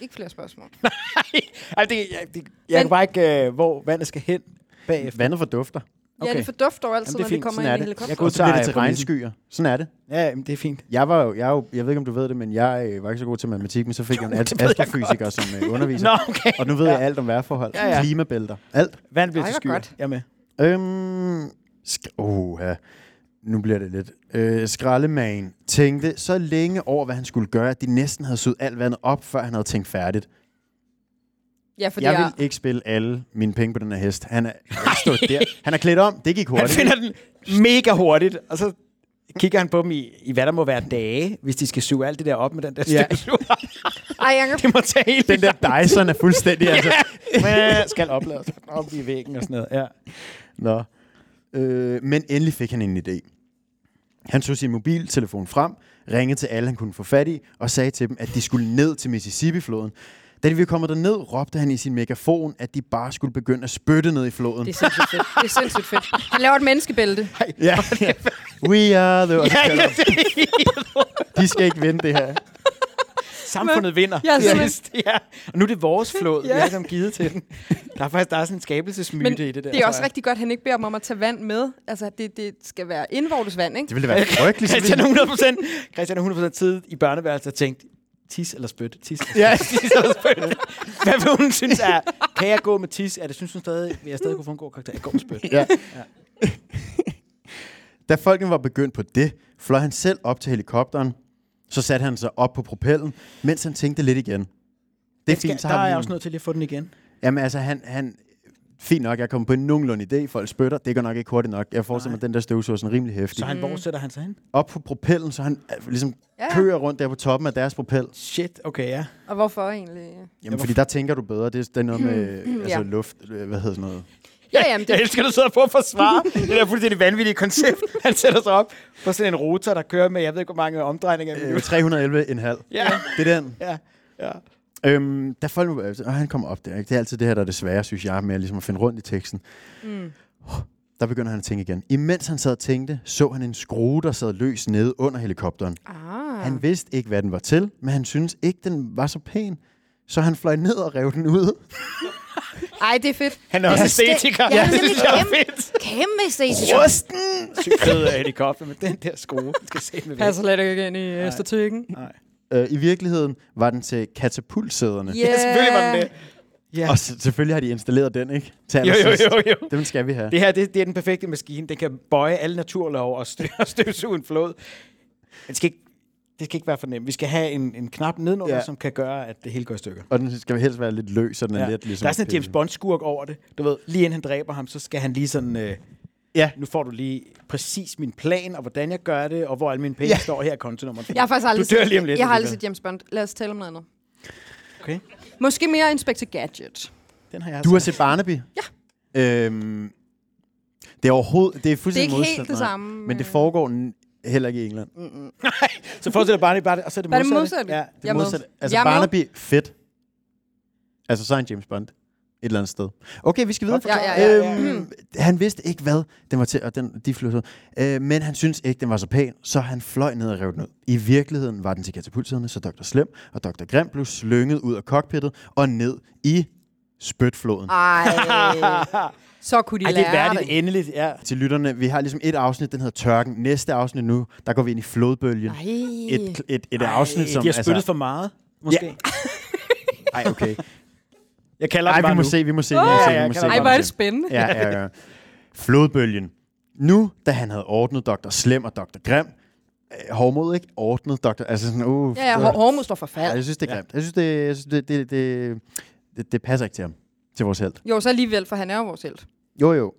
Ikke flere spørgsmål. [LAUGHS] Ej, det, jeg, det, jeg kan bare ikke, øh, hvor vandet skal hen bagefter. Vandet fordufter. Okay. Ja, Okay. det fordufter jo altid, Jamen, det er når de fint. kommer Sådan er ind i det. helikopter. Jeg Og så tager bliver det til præmissen. regnskyer. Sådan er det. Ja, jamen, det er fint. Jeg var jo, jeg, er jo, jeg ved ikke, om du ved det, men jeg øh, var ikke så god til matematik, men så fik [LAUGHS] jeg en det ved jeg astrofysiker som øh, underviser. Nå, okay. Og nu ved jeg alt om vejrforhold. Ja, ja. Klimabælter. Alt. Vand bliver Ej, til hvor skyer. godt. Jeg er med. Øhm, sk- oh, ja. Nu bliver det lidt. Øh, skraldemagen tænkte så længe over, hvad han skulle gøre, at de næsten havde sødt alt vandet op, før han havde tænkt færdigt. Ja, fordi jeg jeg, vil ikke spille alle mine penge på den her hest. Han er, han stod der. han er klædt om. Det gik Han hurtigt. finder den mega hurtigt, og så kigger han på dem i, i hvad der må være dage, hvis de skal suge alt det der op med den der Ja. støvsuger. Ej, Jacob, [LAUGHS] det må tage hele Den der Dyson er [LAUGHS] fuldstændig... altså. Men skal oplades op i væggen og sådan noget. Ja. Nå. Øh, men endelig fik han en idé. Han tog sin mobiltelefon frem, ringede til alle, han kunne få fat i, og sagde til dem, at de skulle ned til Mississippi-floden. Da de ville komme derned, råbte han i sin megafon, at de bare skulle begynde at spytte ned i floden. det er sindssygt fedt. Det er sindssygt fedt. Han laver et [LAUGHS] menneskebælte. Ja. We are the... og så kører de op. De skal ikke vinde det her. Samfundet vinder. Ja, til simpelthen. sidst. ja. Og nu er det vores flod, vi Ja. har ligesom givet til den. Der er faktisk der er sådan en skabelsesmyte Men i det der. det er tror også jeg. rigtig godt, at han ikke beder dem om at tage vand med. Altså, det, det skal være indvortes vand, ikke? Det ville da være frygteligt. så Christian ville- er 100%, Christian er 100% tid i børneværelset og tænkt, tis eller spyt, tis eller Ja. spyt, tis eller spyt. [LAUGHS] Hvad vil hun synes er, kan jeg gå med tis? Er det, synes hun stadig, vil jeg stadig kunne få en god karakter? Jeg går med [LAUGHS] spyt. Ja. [LAUGHS] Da folkene var begyndt på det, fløj han selv op til helikopteren. Så satte han sig op på propellen, mens han tænkte lidt igen. Det er fint, så der har er vi jeg den. også nødt til lige at få den igen. Jamen altså, han, han fint nok, jeg kom på en nogenlunde idé, folk spytter, det går nok ikke hurtigt nok. Jeg forestiller mig, at den der støvsuger er sådan rimelig hæftig. Så han, Mm. hvor sætter han sig hen? Op på propellen, så han øh, ligesom Ja. ja. kører rundt der på toppen af deres propel. Shit, okay, ja. Og hvorfor egentlig? Jamen, fordi der tænker du bedre, det er, det er noget [CLEARS THROAT] med altså, Ja. luft, øh, hvad hedder sådan noget. Ja, jamen, det, Jeg elsker, at du sidder på at [LAUGHS] forsvare det der fuldstændig vanvittige koncept. Han sætter sig op på sådan en rotor, der kører med, jeg ved ikke, hvor mange omdrejninger. i Øh, minuttet. 311,5. Øh. Ja. Det er den. Ja. ja. Øhm, der folk, altså, og han kommer op der. Ikke? Det er altid det her, der er det svære, synes jeg, med at, ligesom at finde rundt i teksten. Mm. Der begynder han at tænke igen. Imens han sad og tænkte, så han en skrue, der sad løs nede under helikopteren. Ah. Han vidste ikke, hvad den var til, men han synes ikke, den var så pæn. Så han fløj ned og rev den ud. [LAUGHS] Ej, det er fedt. Han er også æstetiker. Ja, [LAUGHS] det synes jeg er fedt. fedt. Kæmpe æstetiker. Rusten! Sygt fed af helikopter, men den der skrue, den skal se med væk. Passer slet ikke ind i æstetikken. Øh, I virkeligheden var den til katapultsæderne. Yeah. selvfølgelig var den det. Og s- selvfølgelig har de installeret den, ikke? Til Jo, jo, allersidst. jo, jo. Den skal vi have. Det her, det, det er den perfekte maskine. Den kan bøje alle naturlov og stø- [LAUGHS] og støvsuge en flod. Det skal ikke, det skal ikke være for nemt. Vi skal have en, en knap nedenunder, Ja. ja. som kan gøre, at det hele går i stykker. Og den skal helst være lidt løs, så den er lidt ligesom... der er sådan at en James pille. Bond-skurk over det. Du ved, lige inden han dræber ham, så skal han lige sådan... Øh, Ja. Nu får du lige præcis min plan, og hvordan jeg gør det, og hvor alle mine penge ja. står her er kontonummeret. Jeg har faktisk aldrig Du dør lige om lidt, Jeg har aldrig Olivia. set James Bond. Lad os tale om noget andet. Okay. Måske mere Inspector Gadget. Den har jeg Du har altså. set Barnaby? Ja. Øhm, det er overhovedet... Det er Det er fuldstændig ikke modsat, helt det nej. samme. Men det foregår n- heller ikke i England. Så forestil dig bare, bare, og så er det Hvad er det modsatte. modsatte? Ja. Det Jeg er med. modsatte. Altså Jeg er med. Barnaby, fedt. Altså så er en James Bond. Et eller andet sted. Okay, vi skal videre. Ja, ja, ja, ja, ja. Øhm, han vidste ikke, hvad den var til, og den, de flyttede. Øh, men han syntes ikke, den var så pæn, så han fløj ned og rev den ud. I virkeligheden var den til katapulterne, så Dr. Slem og Dr. Grim blev slynget ud af cockpittet og ned i spytfloden. Ej, så kunne de Ej, det lære er værdigt endeligt. Ja. Til lytterne, vi har ligesom et afsnit, den hedder Tørken. Næste afsnit nu, der går vi ind i flodbølgen. Et, et, et afsnit, som... de har spyttet altså... for meget, måske. Ja. Ej, okay. Jeg kalder Ej, den bare vi må nu. se, vi må se, vi må Ja, se, ja, vi må se. kan vi Ej, må hvor er se. det spændende. ja, ja, ja. Flodbølgen. Nu, da han havde ordnet Dr. Slem og Dr. Grim, øh, hårdmod ikke ordnet Dr. Altså sådan, uh, Ja, ja hår- Hormuz står for ja, fald. jeg synes, det er grimt. Jeg synes, det, jeg synes, det, det, det, det, det passer ikke til ham, til vores held. Jo, så alligevel, for han er jo vores held. Jo, jo.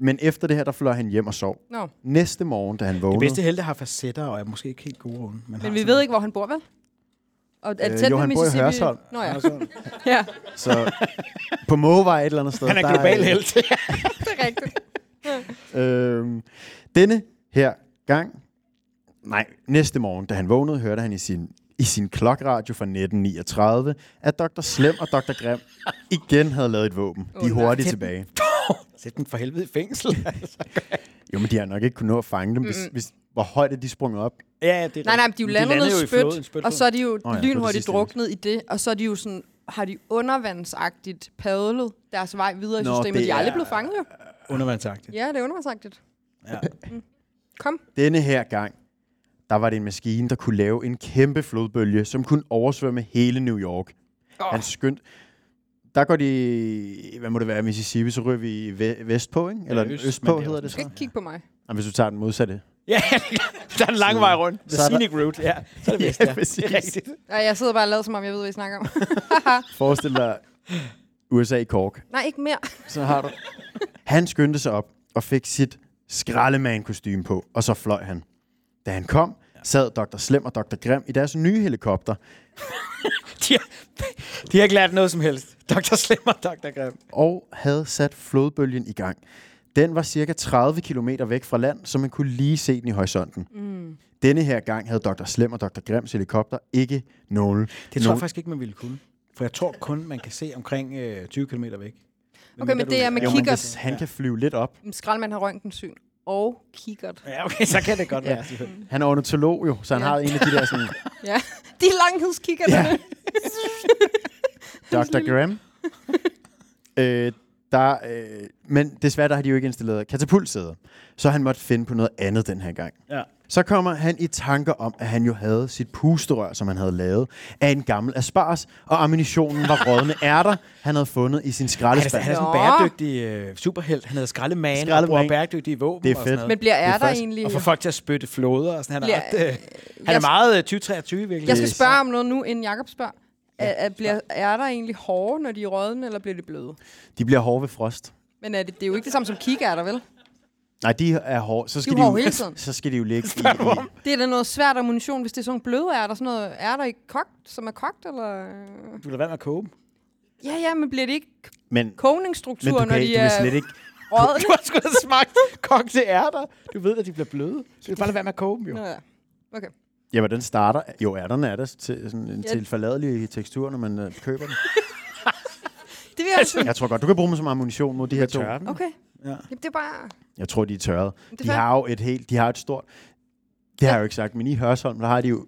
Men efter det her, der fløj han hjem og sov. Nå. Næste morgen, da han De vågnede... bedste helte har facetter, og er måske ikke helt gode runde. Men, Men vi ved ikke, hvor han bor, vel? Og er det Øh, tæt jo, ved han bor i Mississippi? Hørsholm. Nå ja, ikke. [LAUGHS] ja, Så på Måvej et eller andet sted. Han er der global helt. det er rigtigt. Øhm, denne her gang, nej, næste morgen, da han vågnede, hørte han i sin, i sin klokradio fra 1939, at Dr. Slem og Dr. Grim igen havde lavet et våben. De er nej. hurtigt tilbage. [LAUGHS] Sæt den for helvede i fængsel. altså. Jo, men de har nok ikke kunnet nå at fange dem, hvis, hvis, hvor højt er de sprunget op. Ja, ja, det er Nej, nej, men de er jo Men landet landede noget jo i spyt, floden, spytflod. og så er de jo ja, oh, det ja, er lynhurtigt sidste druknet i det, og så er de jo sådan, har de undervandsagtigt padlet deres vej videre i Nå, systemet. det De er aldrig er- blevet fanget jo. undervandsagtigt. Ja, det er undervandsagtigt. Mm. Ja. Kom. Denne her gang, der var det en maskine, der kunne lave en kæmpe flodbølge, som kunne oversvømme hele New York. Oh. Han skønt. Der går de, hvad må det være, Mississippi, så ryger vi i ve- vestpå, ikke? Eller øst, øst, men det østpå er hedder også- det Du så. skal ikke kigge på mig. Jamen, hvis du tager den modsatte. ja, [LAUGHS] der er en lang vej rundt. The Så er der- scenic route, ja. Så er [LAUGHS] det [LAUGHS] vist, ja. Det er rigtigt. Ej, jeg sidder bare og lader, som om jeg ved, hvad I snakker om. [LAUGHS] Forestil dig USA i kork. Nej, ikke mere. Så har du... Han skyndte sig op og fik sit skraldemand-kostume på, og så fløj han. Da han kom, sad Dr. Slem og Dr. Grim i deres nye helikopter, De har, de har ikke lært noget som helst. Dr. Slim og Dr. Grim. og havde sat flodbølgen i gang. Den var cirka 30 km væk fra land, så man kunne lige se den i horisonten. Mm. Denne her gang havde Dr. Slem og Dr. Grims helikopter ikke nogen. Det tror jeg nogen- faktisk ikke, man ville kunne. For jeg tror kun, man kan se omkring øh, 20 km væk. Okay, men det er med Jo, men kikkert. hvis han kan flyve lidt op. Skraldemand har røntgensyn. Og kikkert. Ja, okay, så kan det godt være. selvfølgelig. Han er ornitolog jo, så han Mm. Ja. ja. har en af de der [LAUGHS] sådan... Ja, [LAUGHS] de er [LAUGHS] langhedskikkerne. Ja. Ja. Dr. [LAUGHS] Graham. øh, der, øh, men desværre der har de jo ikke installeret katapultsæder, så han måtte finde på noget andet den her gang. Ja. Så kommer han i tanker om, at han jo havde sit pusterør, som han havde lavet, af en gammel aspars, og ammunitionen var rådne ærter, han havde fundet i sin Han er, skraldespand. han er sådan en Nå. bæredygtig øh, superhelt. Han hedder skraldemand, og Skraldemand. bruger bæredygtige våben Det er og fedt. sådan noget. Men bliver er er der faktisk- egentlig... Og få folk til at spytte floder og sådan. Han er, Bliver- ret, øh, han jeg- er meget øh, 2023 virkelig. Jeg skal spørge om noget nu, inden Jakob spørger. Er, er, bliver, er der egentlig hårde, når de er rådne, eller bliver de bløde? De bliver hårde ved frost. Men er det, det er jo ikke det samme som kikærter, vel? Nej, de er hårde. Så skal er de, hårde jo, [LAUGHS] hele tiden. Så skal de jo ligge i, i, Det er da noget svært ammunition, hvis det er sådan nogle bløde ærter. Sådan noget ærter ikke kogt, som er kogt, eller... Du lader være med at koge dem. Ja, ja, men bliver det ikke men, men kogningsstruktur, du, kan, når de ikke- du er vil slet ikke... rådne? Du har sgu da smagt kogte ærter. Du ved, at de bliver bløde. Så du kan bare lade være med at koge dem, jo. Nå ja. Okay. Ja, hvordan starter? Jo, ærterne er der til, sådan en Ja. tilforladelig tekstur, når man øh, køber dem. Det vil jeg altså... Jeg tror godt, du kan bruge dem som ammunition mod de her to. Okay. Ja. Ja. Jamen, det er bare... Jeg tror, de er tørrede. Det er De fair. har jo et helt, de har et stort, det har jeg jo ikke sagt, men i Hørsholm, der har de jo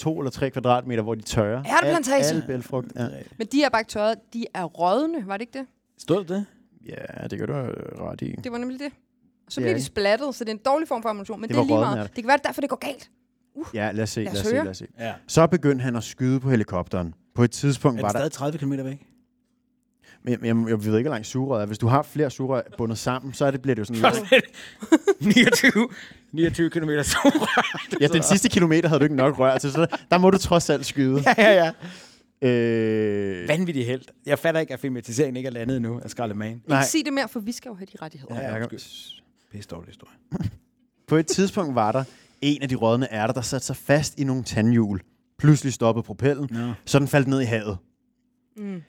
to eller tre kvadratmeter, hvor de tørrer. Ærteplantage. Al, al bælfrugt. Ja. Men de er bare ikke tørrede. De er rådne, var det ikke det? Stod det det? ja, det gør du øh, ret i. Det var nemlig det. Og så Det er bliver de ikke. splattet, så det er en dårlig form for ammunition, men Det det, det er var rådne lige meget. ærter. Det kan være, det er derfor det går galt. Ja, lad os se, lad Lad os os se, høre. lad os se. Ja. Så begyndte han at skyde på helikopteren. På et tidspunkt Er var det der... stadig 30 km [LAUGHS] væk? Jeg, jeg, jeg, ved ikke, hvor langt sugerøret er. Hvis du har flere sugerør bundet sammen, så er det, bliver det jo sådan langt. 29, 29 km [LAUGHS] Ja, den sidste kilometer havde du ikke nok rør til, så der må du trods alt skyde. ja, ja. Øh, Vanvittig held. Jeg fatter ikke, at filmatiseringen ikke er landet endnu af Scarlet Man. Nej. Ikke sig det mere, for vi skal jo have de rettigheder. Ja, jeg kan- undskyld. Pisse dårlig historie. På et tidspunkt var der en af de rådne ærter, der satte sig fast i nogle tandhjul. Pludselig stoppede propellen, Nå. så den faldt ned i havet. Mm.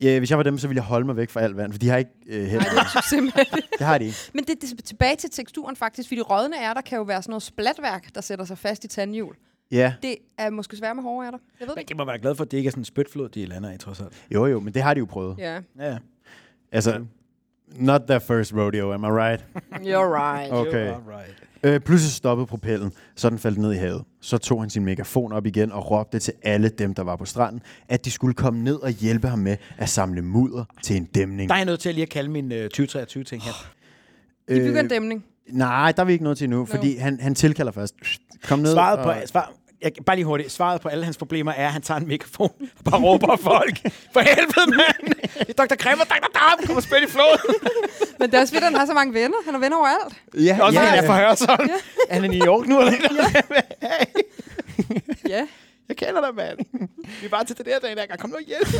Ja, hvis jeg var dem, så ville jeg holde mig væk fra alt vand, for de har ikke øh, held. Nej, det er simpelthen. Det har de ikke. Men det, det, er tilbage til teksturen faktisk, fordi de rådne ærter kan jo være sådan noget splatværk, der sætter sig fast i tandhjul. Ja, Det er måske svært med hårde ærter. Jeg ved det Men ikke. de må være glad for, at det ikke er sådan en spytflod, de lander i, trods alt. jo jo, men det har de jo prøvet. Ja, Ja. Altså, not their first rodeo, am I right? you're right. Okay. Right. Øh, pludselig stoppede propellen, så den faldt ned i havet. Så tog han sin megafon op igen og råbte til alle dem, der var på stranden, at de skulle komme ned og hjælpe ham med at samle mudder til en dæmning. Der er jeg nødt til at lige at kalde min øh, 2023-ting her. De bygger Øh, en dæmning. Nej, der er vi ikke nået til endnu, fordi han, han tilkalder først. Kom ned. [GASPS] Svaret og- på, svar, jeg, bare lige hurtigt. Svaret på alle hans problemer er, at han tager en mikrofon og bare råber af folk. For helvede, [LAUGHS] mand! Dr. Kremer, Dr. Darm, kom og spil i floden. Men det er også fedt, at han har så mange venner. Han har venner overalt. Ja, Også ja, ja, jeg ja. får høre sådan. Er han i New York nu? Eller? [LAUGHS] Ja. Ja. Jeg kender dig, mand. Vi er bare til det der dag, der gang. Kom nu og hjælp. [LAUGHS]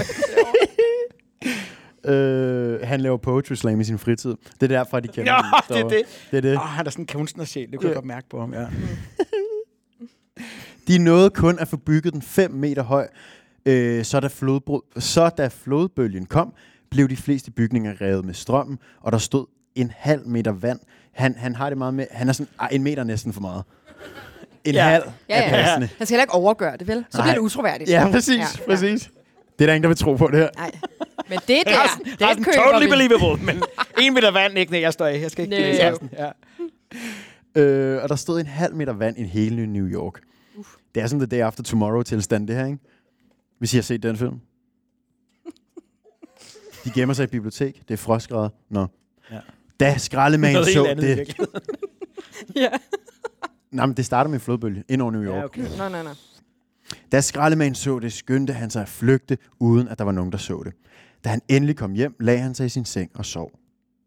Øh, han laver poetry slam i sin fritid. Det er derfor, de kender Nå, ham det er derovre. det. det er det. Åh, oh, han er sådan en kunstnersjæl. Det kunne jeg godt mærke på ham, ja. De nåede kun at få bygget den 5 meter høj, øh, så, da flodbro- så da flodbølgen kom, blev de fleste bygninger revet med strømmen, og der stod en halv meter vand. Han, han har det meget med, han er sådan, ah, en meter næsten for meget. En Ja. halv Ja, er ja. passende. Han skal heller ikke overgøre det, vel? Så Nej. bliver det utroværdigt. Ja, præcis, Ja. præcis. Det er der ingen, der vil tro på det her. Nej. Men det der, Resten, det resten køber totally vi. believable, men en meter vand, ikke? Nej, jeg står af. Jeg skal ikke Nej. læse resten. Ja. Øh, og der stod en halv meter vand i en hele ny New York. Det er sådan The Day After Tomorrow-tilstand, det her, ikke? Hvis I har set den film. De gemmer sig i et bibliotek. Det er frostgrader. Nå. Ja. Ja. Da skraldemanden [LAUGHS] Noget så helt andet i det... virkeligheden. Ja. Nej, men det starter med en flodbølge ind over New York. Ja, Ja, okay. okay. Nej, nej, nej. Da skraldemanden så det, skyndte han sig at flygte, uden at der var nogen, der så det. Da han endelig kom hjem, lagde han sig i sin seng og sov.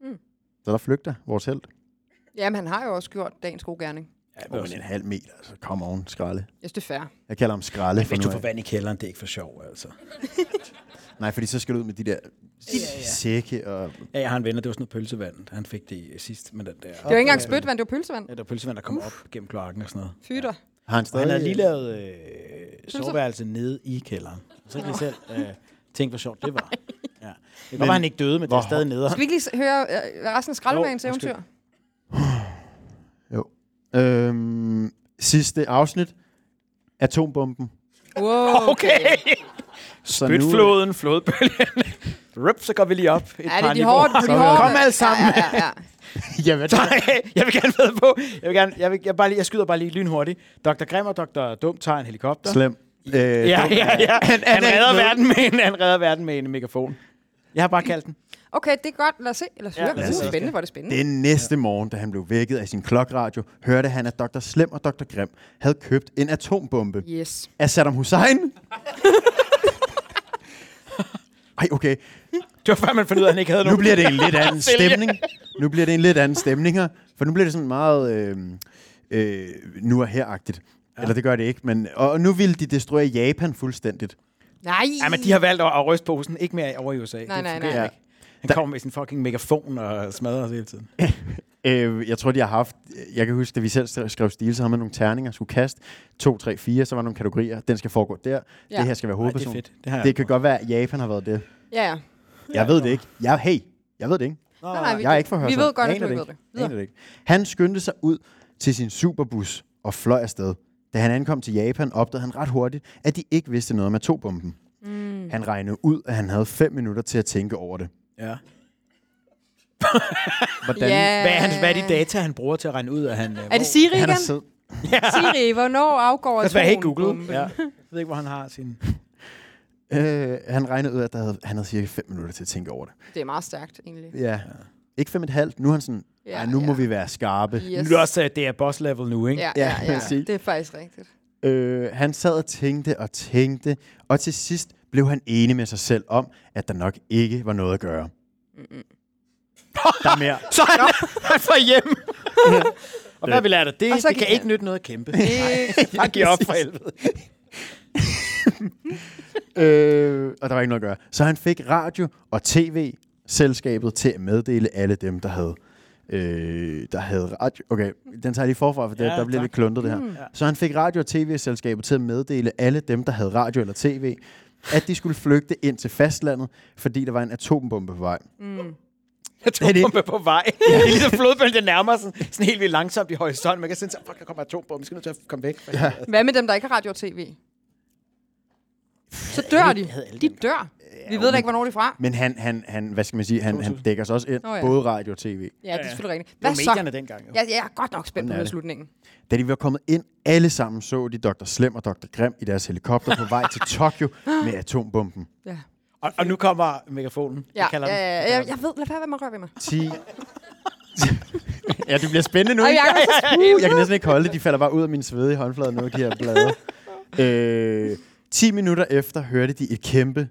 Mm. Mm. Så der flygter vores held. Jamen, han har jo også gjort dagens gode gerning. Ja, Åh, men en halv meter, altså. Kom on, skralde. Jeg synes, det er fair. Jeg kalder ham skralde. Hvis nu du af. får vand i kælderen, det er ikke for sjov, altså. Nej, fordi så skal du ud med de der ja. sække og... Ja, jeg har en venner, det var sådan noget pølsevand. Han fik det øh, sidst med den der. Det var ikke engang spytvand, det var pølsevand. Ja, der var pølsevand, der kom op gennem kloakken og sådan noget. Fy dig. Har han Og stadig... han havde lige lavet øh, soveværelse nede i kælderen. Så kan jeg selv øh, tænke, hvor sjovt [LAUGHS] det var. Ja. Det kan godt være, han ikke døde, men det er hvor- stadig nede. Skal vi ikke lige s- høre øh, resten af skraldemandens Jo, undskyld. eventyr? Jo. Øhm, sidste afsnit. Atombomben. Wow. [LAUGHS] Okay. Så Spytfloden, flodbølgen. [LAUGHS] Rup, så går vi lige op. Et Ja, det par er de niveauer. hårde, de hårde. Kom alle sammen. [LAUGHS] Ja, ja, ja, ja. Nu, ja, hvad Nej, jeg vil gerne være på. Jeg, vil gerne, jeg, vil, jeg, bare lige, jeg skyder bare lige lynhurtigt. Dr. Grimm og Dr. Dum tager en helikopter. Slem. Øh, Ja, dum. ja, [LAUGHS] ja. Han, han, er redder ikke med. verden med en, han redder verden med en megafon. Jeg har bare kaldt den. Okay, det er godt. Lad os se. Lad os høre. Ja, lad os det se. er spændende, hvor det er spændende. Den næste morgen, da han blev vækket af sin klokradio, hørte han, at Dr. Slem og Dr. Grim havde købt en atombombe Yes. af Saddam [LAUGHS] Hussein. Ej, okay. Det var før, man fandt ud af, at han ikke havde Nu nogen. bliver det en lidt anden Sælge. stemning. Nu bliver det en lidt anden stemning her. For nu bliver det sådan meget øh, øh, nu og her-agtigt. Ja. Eller det gør det ikke. Men, og nu ville de destruere Japan fuldstændigt. Nej. Ja, men de har valgt at, at ryste posen. Ikke mere over i USA. Det nej, fungerer nej. ikke. Han kommer med sin fucking megafon og smadrer os hele tiden. Øh, jeg tror, de har haft... Jeg kan huske, da vi selv skrev stil, så havde man nogle terninger, skulle kaste. 2, 3, 4, så var der nogle kategorier. Den skal foregå der. Ja. Ja. Det her skal være Ej, det er hovedperson. fedt. Det har jeg det kan prøvet. godt være, at Japan har været det. Ja, ja. Jeg ved det ikke. Jeg, hey, jeg ved det ikke. Nej, nej, vi, Jeg er ikke forhørt. Vi ved godt, at Aner du det ikke ved det. Aner det ikke. Han skyndte sig ud til sin superbus og fløj afsted. Da han ankom til Japan, opdagede han ret hurtigt, at de ikke vidste noget om atombomben. Mm. Han regnede ud, at han havde fem minutter til at tænke over det. Ja. [LAUGHS] Hvordan Ja. Hvad er, hans, hvad er de data, han bruger til at regne ud af han... øh, Er det Siri han har igen? siddet Siri, hvornår afgår Hvad er helt Google? atombomben? Ja. Jeg ved ikke, hvor han har sin... Øh, han regnede ud, at der havde, han havde cirka 5 minutter til at tænke over det. Det er meget stærkt, egentlig. Ja. Ikke fem et halvt. Nu er han sådan, Ja, ja, nu må ja. vi være skarpe. Yes. Nu er det også, at øh, det er boss level nu, ikke? Ja, Ja, ja, vil jeg ja. sige. Det er faktisk rigtigt. Øh, han sad og tænkte og tænkte, og til sidst blev han enig med sig selv om, at der nok ikke var noget at gøre. Der er mere. Så han, [LAUGHS] han får hjem. og hvad vi lært af det? Og så Det gik kan han. ikke nytte noget at [LAUGHS] kæmpe. Det, Jeg giver op for helvede. Øh, og der var ikke noget at gøre. Så han fik radio og tv-selskabet til at meddele alle dem, der havde, øh, der havde radio. Okay, den tager jeg lige forfra, for det, Ja, ja, der bliver tak. lidt kluntet det her. Mm. Så han fik radio og tv-selskabet til at meddele alle dem, der havde radio eller tv, at de skulle flygte ind til fastlandet, fordi der var en atombombe på vej. Jeg Det tog er det. bombe på vej. [LAUGHS] det er ligesom flodbølgen, der nærmer sig sådan, sådan helt vildt langsomt i horisonten. Man kan sådan, så, fuck, der kommer atombombe. Vi skal nødt til at komme væk. Ja. Hvad med dem, der ikke har radio og tv? Så dør de. De dør. Vi ved da ikke, hvornår de er fra. Men han, han, han hvad skal man sige, han, han dækker sig også ind, Nå ja. både radio og tv. Ja, det er selvfølgelig rigtigt. Det Hvad var så? medierne dengang. Jo. Jeg, jeg er godt nok spændt på Sådan er det. slutningen. Da de var kommet ind, alle sammen så de Dr. Slem og Dr. Grim i deres helikopter på vej til Tokyo med atombomben. Ja. Og, og, nu kommer megafonen. Ja, Jeg kalder ja, den. ja, ja, jeg ved, lad være, hvad man rører ved mig. 10... [LAUGHS] ja, det bliver spændende nu. Ej, ikke? jeg er så Jeg kan næsten ikke holde det. De falder bare ud af mine svedige håndflader nu, de her blader. Øh, 10 minutter efter hørte de et kæmpe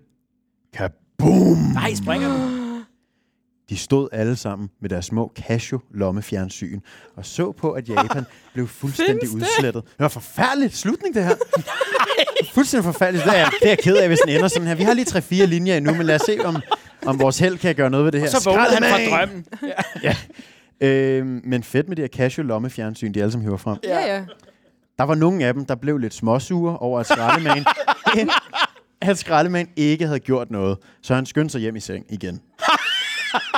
kaboom. Nej, springer den. De stod alle sammen med deres små Casio-lommefjernsyn og så på, at Japan blev fuldstændig udslettet. Det var forfærdeligt slutning, [LAUGHS] det her. fuldstændig forfærdeligt. Det er, jeg- det er jeg ked af, hvis den ender sådan her. Vi har lige tre-fire linjer endnu, men lad os se, om, om vores held kan gøre noget ved det her. Så vågnede han fra Skraldemand! drømmen. [LAUGHS] Øhm, men fedt med det her Casio-lommefjernsyn, de alle sammen hiver frem. Ja, ja. Der var nogle af dem, der blev lidt småsure over, at skraldemanden, at skraldemanden ikke havde gjort noget. Så han skyndte sig hjem i seng igen.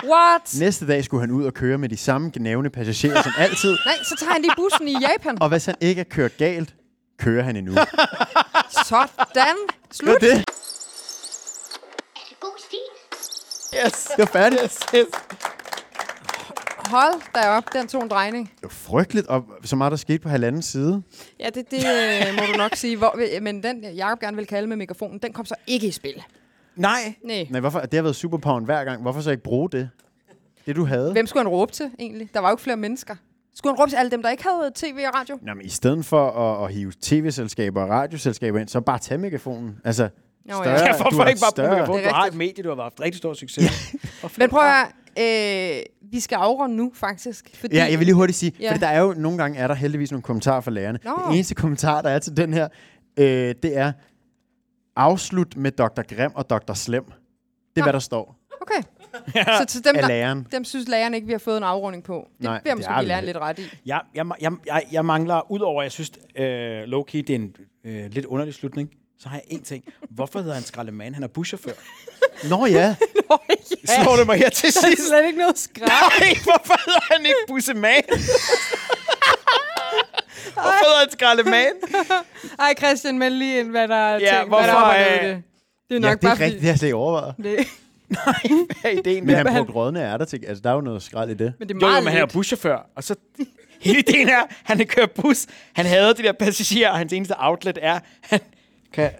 What? Næste dag skulle han ud og køre med de samme gnævne passagerer som altid. Nej, så tager han lige bussen i Japan. Og hvis han ikke er kørt galt, kører han endnu. Sådan. Slut. det. Er det god stil? Yes. Det var færdigt. Yes, yes. Hold da op, den tog en drejning. Det var frygteligt, og så meget der skete på halvanden side. Ja, det, det øh, må du nok sige. Hvor, men den, Jacob gerne vil kalde med mikrofonen, den kom så ikke i spil. Nej. Nej. Nej, hvorfor? Det har været superpoweren hver gang. Hvorfor så ikke bruge det? Det du havde. Hvem skulle han råbe til, egentlig? Der var jo ikke flere mennesker. Skulle han råbe til alle dem, der ikke havde tv og radio? Nå, men i stedet for at, at hive tv-selskaber og radioselskaber ind, så bare tag mikrofonen. Altså, ja. større, Ja, Ja, du hvorfor er ikke bare bruge større. megafonen? Det er Du har et medie, du har haft rigtig stor succes. med. Men prøv at høre, øh, vi skal afrunde nu, faktisk. Fordi, Ja, jeg vil lige hurtigt sige, Ja. ja. for der er jo nogle gange er der heldigvis nogle kommentarer fra lærerne. Nå. Den eneste kommentar, der er til den her, øh, det er, afslut med Dr. Grim og Dr. Slem. Det er, Nå. hvad der står Okay. Så til dem, af der, læreren. dem synes lærerne ikke, vi har fået en afrunding på. Det Nej, Nej, bliver det måske har vi give lærerne ikke. lidt ret i. Jeg, jeg, jeg, jeg, jeg mangler, udover at jeg synes, øh, low-key, det er en øh, lidt underlig slutning, så har jeg en ting. Hvorfor hedder han skraldemand? Han er [LAUGHS] buschauffør. Nå [LAUGHS] ja, Slår det mig her [LAUGHS] til Det er sidst? slet ikke noget skræk. Nej, hvorfor hedder han ikke [LAUGHS] bussemand? hvorfor hedder han skraldemand? Ej, Christian, men lige ind, hvad der er Ja, tænkt, hvad der hvorfor, arbejder i øh, det. Det er ja nok det er bare rigtigt, det har jeg slet ikke overvejet. fordi... Det, [LAUGHS] Hvad er ideen Men der? han men han- brugte rådne ærter til, altså der er jo noget skrald i det. men det er Jo, jo, meget men han er lidt. buschauffør, og så... [LAUGHS] Hele ideen er, han kører bus, han hader de der passagerer, og hans eneste outlet er, han kan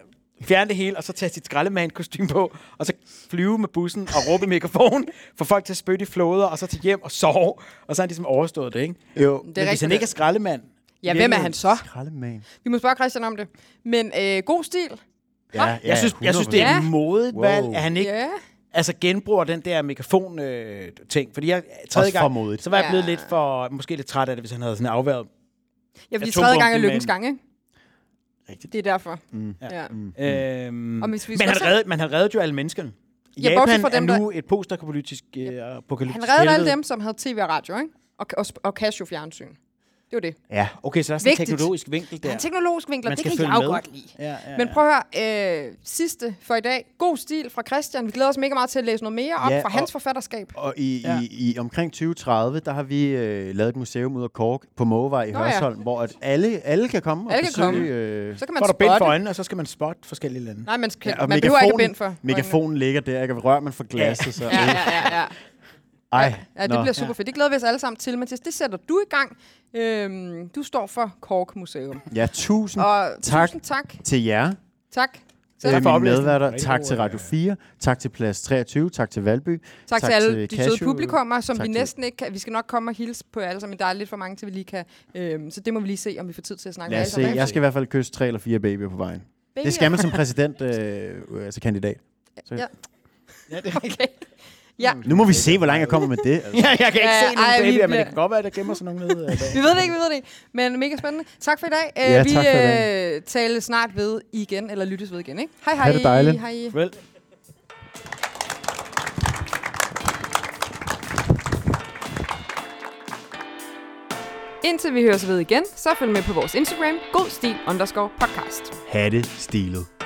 fjerne det hele, og så tage sit skraldemandkostyme på, og så flyve med bussen og råbe i mikrofon, få folk til at spytte i floder, og så til hjem og sove, og så har han ligesom overstået det, ikke? Det Jo. Det er men hvis han rigtigt. ikke er skraldemand... Ja, hvem er han så? Skraldemand. Vi må spørge Christian om det. Men øh, god stil. Ja, Ja, jeg, synes, jeg synes, det er 100%. et modigt Wow. valg, at han ikke Ja. altså genbruger den der megafon-ting. Øh, ting. fordi jeg tredje Også for gang, modigt. så var jeg blevet Ja. lidt for, måske lidt træt af det, hvis han havde sådan afværet. Ja, fordi Jeg tog tredje gang er bomben, lykkens men- gang, ikke? Rigtigt. Det er derfor. Mm. Ja. Mm. Øhm, Og hvis vi men skal han så- reddede, man havde reddet jo alle menneskerne. Ja, Japan bortset fra dem, er nu et postapokalyptisk øh, apokalyptisk Han reddede alle helvede. dem, som havde tv og radio, ikke? Og, og, og Casio fjernsyn. Det var det. Ja, okay, så der er sådan en Vigtigt. teknologisk vinkel Der er der. en teknologisk vinkler, Man det skal kan følge jeg jo med. godt lide. Ja, ja, Men prøv at høre, øh, sidste for i dag. God stil fra Christian. Vi glæder os mega meget til at læse noget mere op Ja, fra og- hans forfatterskab. Og i, Ja. ja. i, i omkring 2030, der har vi øh, lavet et museum ud af Kork på Mågevej i Nå Nå, ja. Hørsholm, ja. hvor at alle, alle kan komme Alle og besøge... kan komme. Øh, Så kan Får man du bind for spotte. øjnene, og så skal man spotte forskellige lande. Nej, man, skal, ja, og man behøver ikke bind for. megafonen- for Megafonen ligger der, ikke? og rører man for glasset, så... øjnene. Ja, ja, ja, ja. Ej, ja det nå. bliver super fedt. Det glæder vi os alle sammen til, Mathias. Det sætter du i gang. Øhm, du står for Kork Museum. Ja, tusind og... Og Tak. tusind tak. til jer. Tak. Øh, Tak, for mine oplæsningen. medværter. Rigtig Tak god, til Radio øh, 4, tak til Plads 23, tak til Valby. tak til alle de søde Cashew. publikummer, som Tak vi til- næsten ikke kan. Vi skal nok komme og hilse på jer alle sammen, men der er lidt for mange til, vi lige kan. Øhm, så det må vi lige se, om vi får tid til at snakke med Lad os alle se, sammen. jeg skal i hvert fald kysse tre eller fire babyer på vejen. Baby- Det skal man som præsident, øh, øh, altså kandidat. Ja, det Okay. Ja. Nu må vi se, hvor langt jeg kommer med det. Altså. [LAUGHS] ja, jeg kan ikke Ja, se nogen ej, vi babyer, men det bliver- kan godt være, at der gemmer sig nogen nede. øh, bag. [LAUGHS] Vi ved det ikke, vi ved det ikke. Men mega spændende. Tak for i dag. Øh, Ja, vi tak for i dag. Øh, taler snart ved igen, eller lyttes ved igen. Ikke? Hej hej. Ha' det dejligt. Hej. Vel, Indtil vi høres ved igen, så følg med på vores Instagram, godstil underscore podcast. Hatte stilet.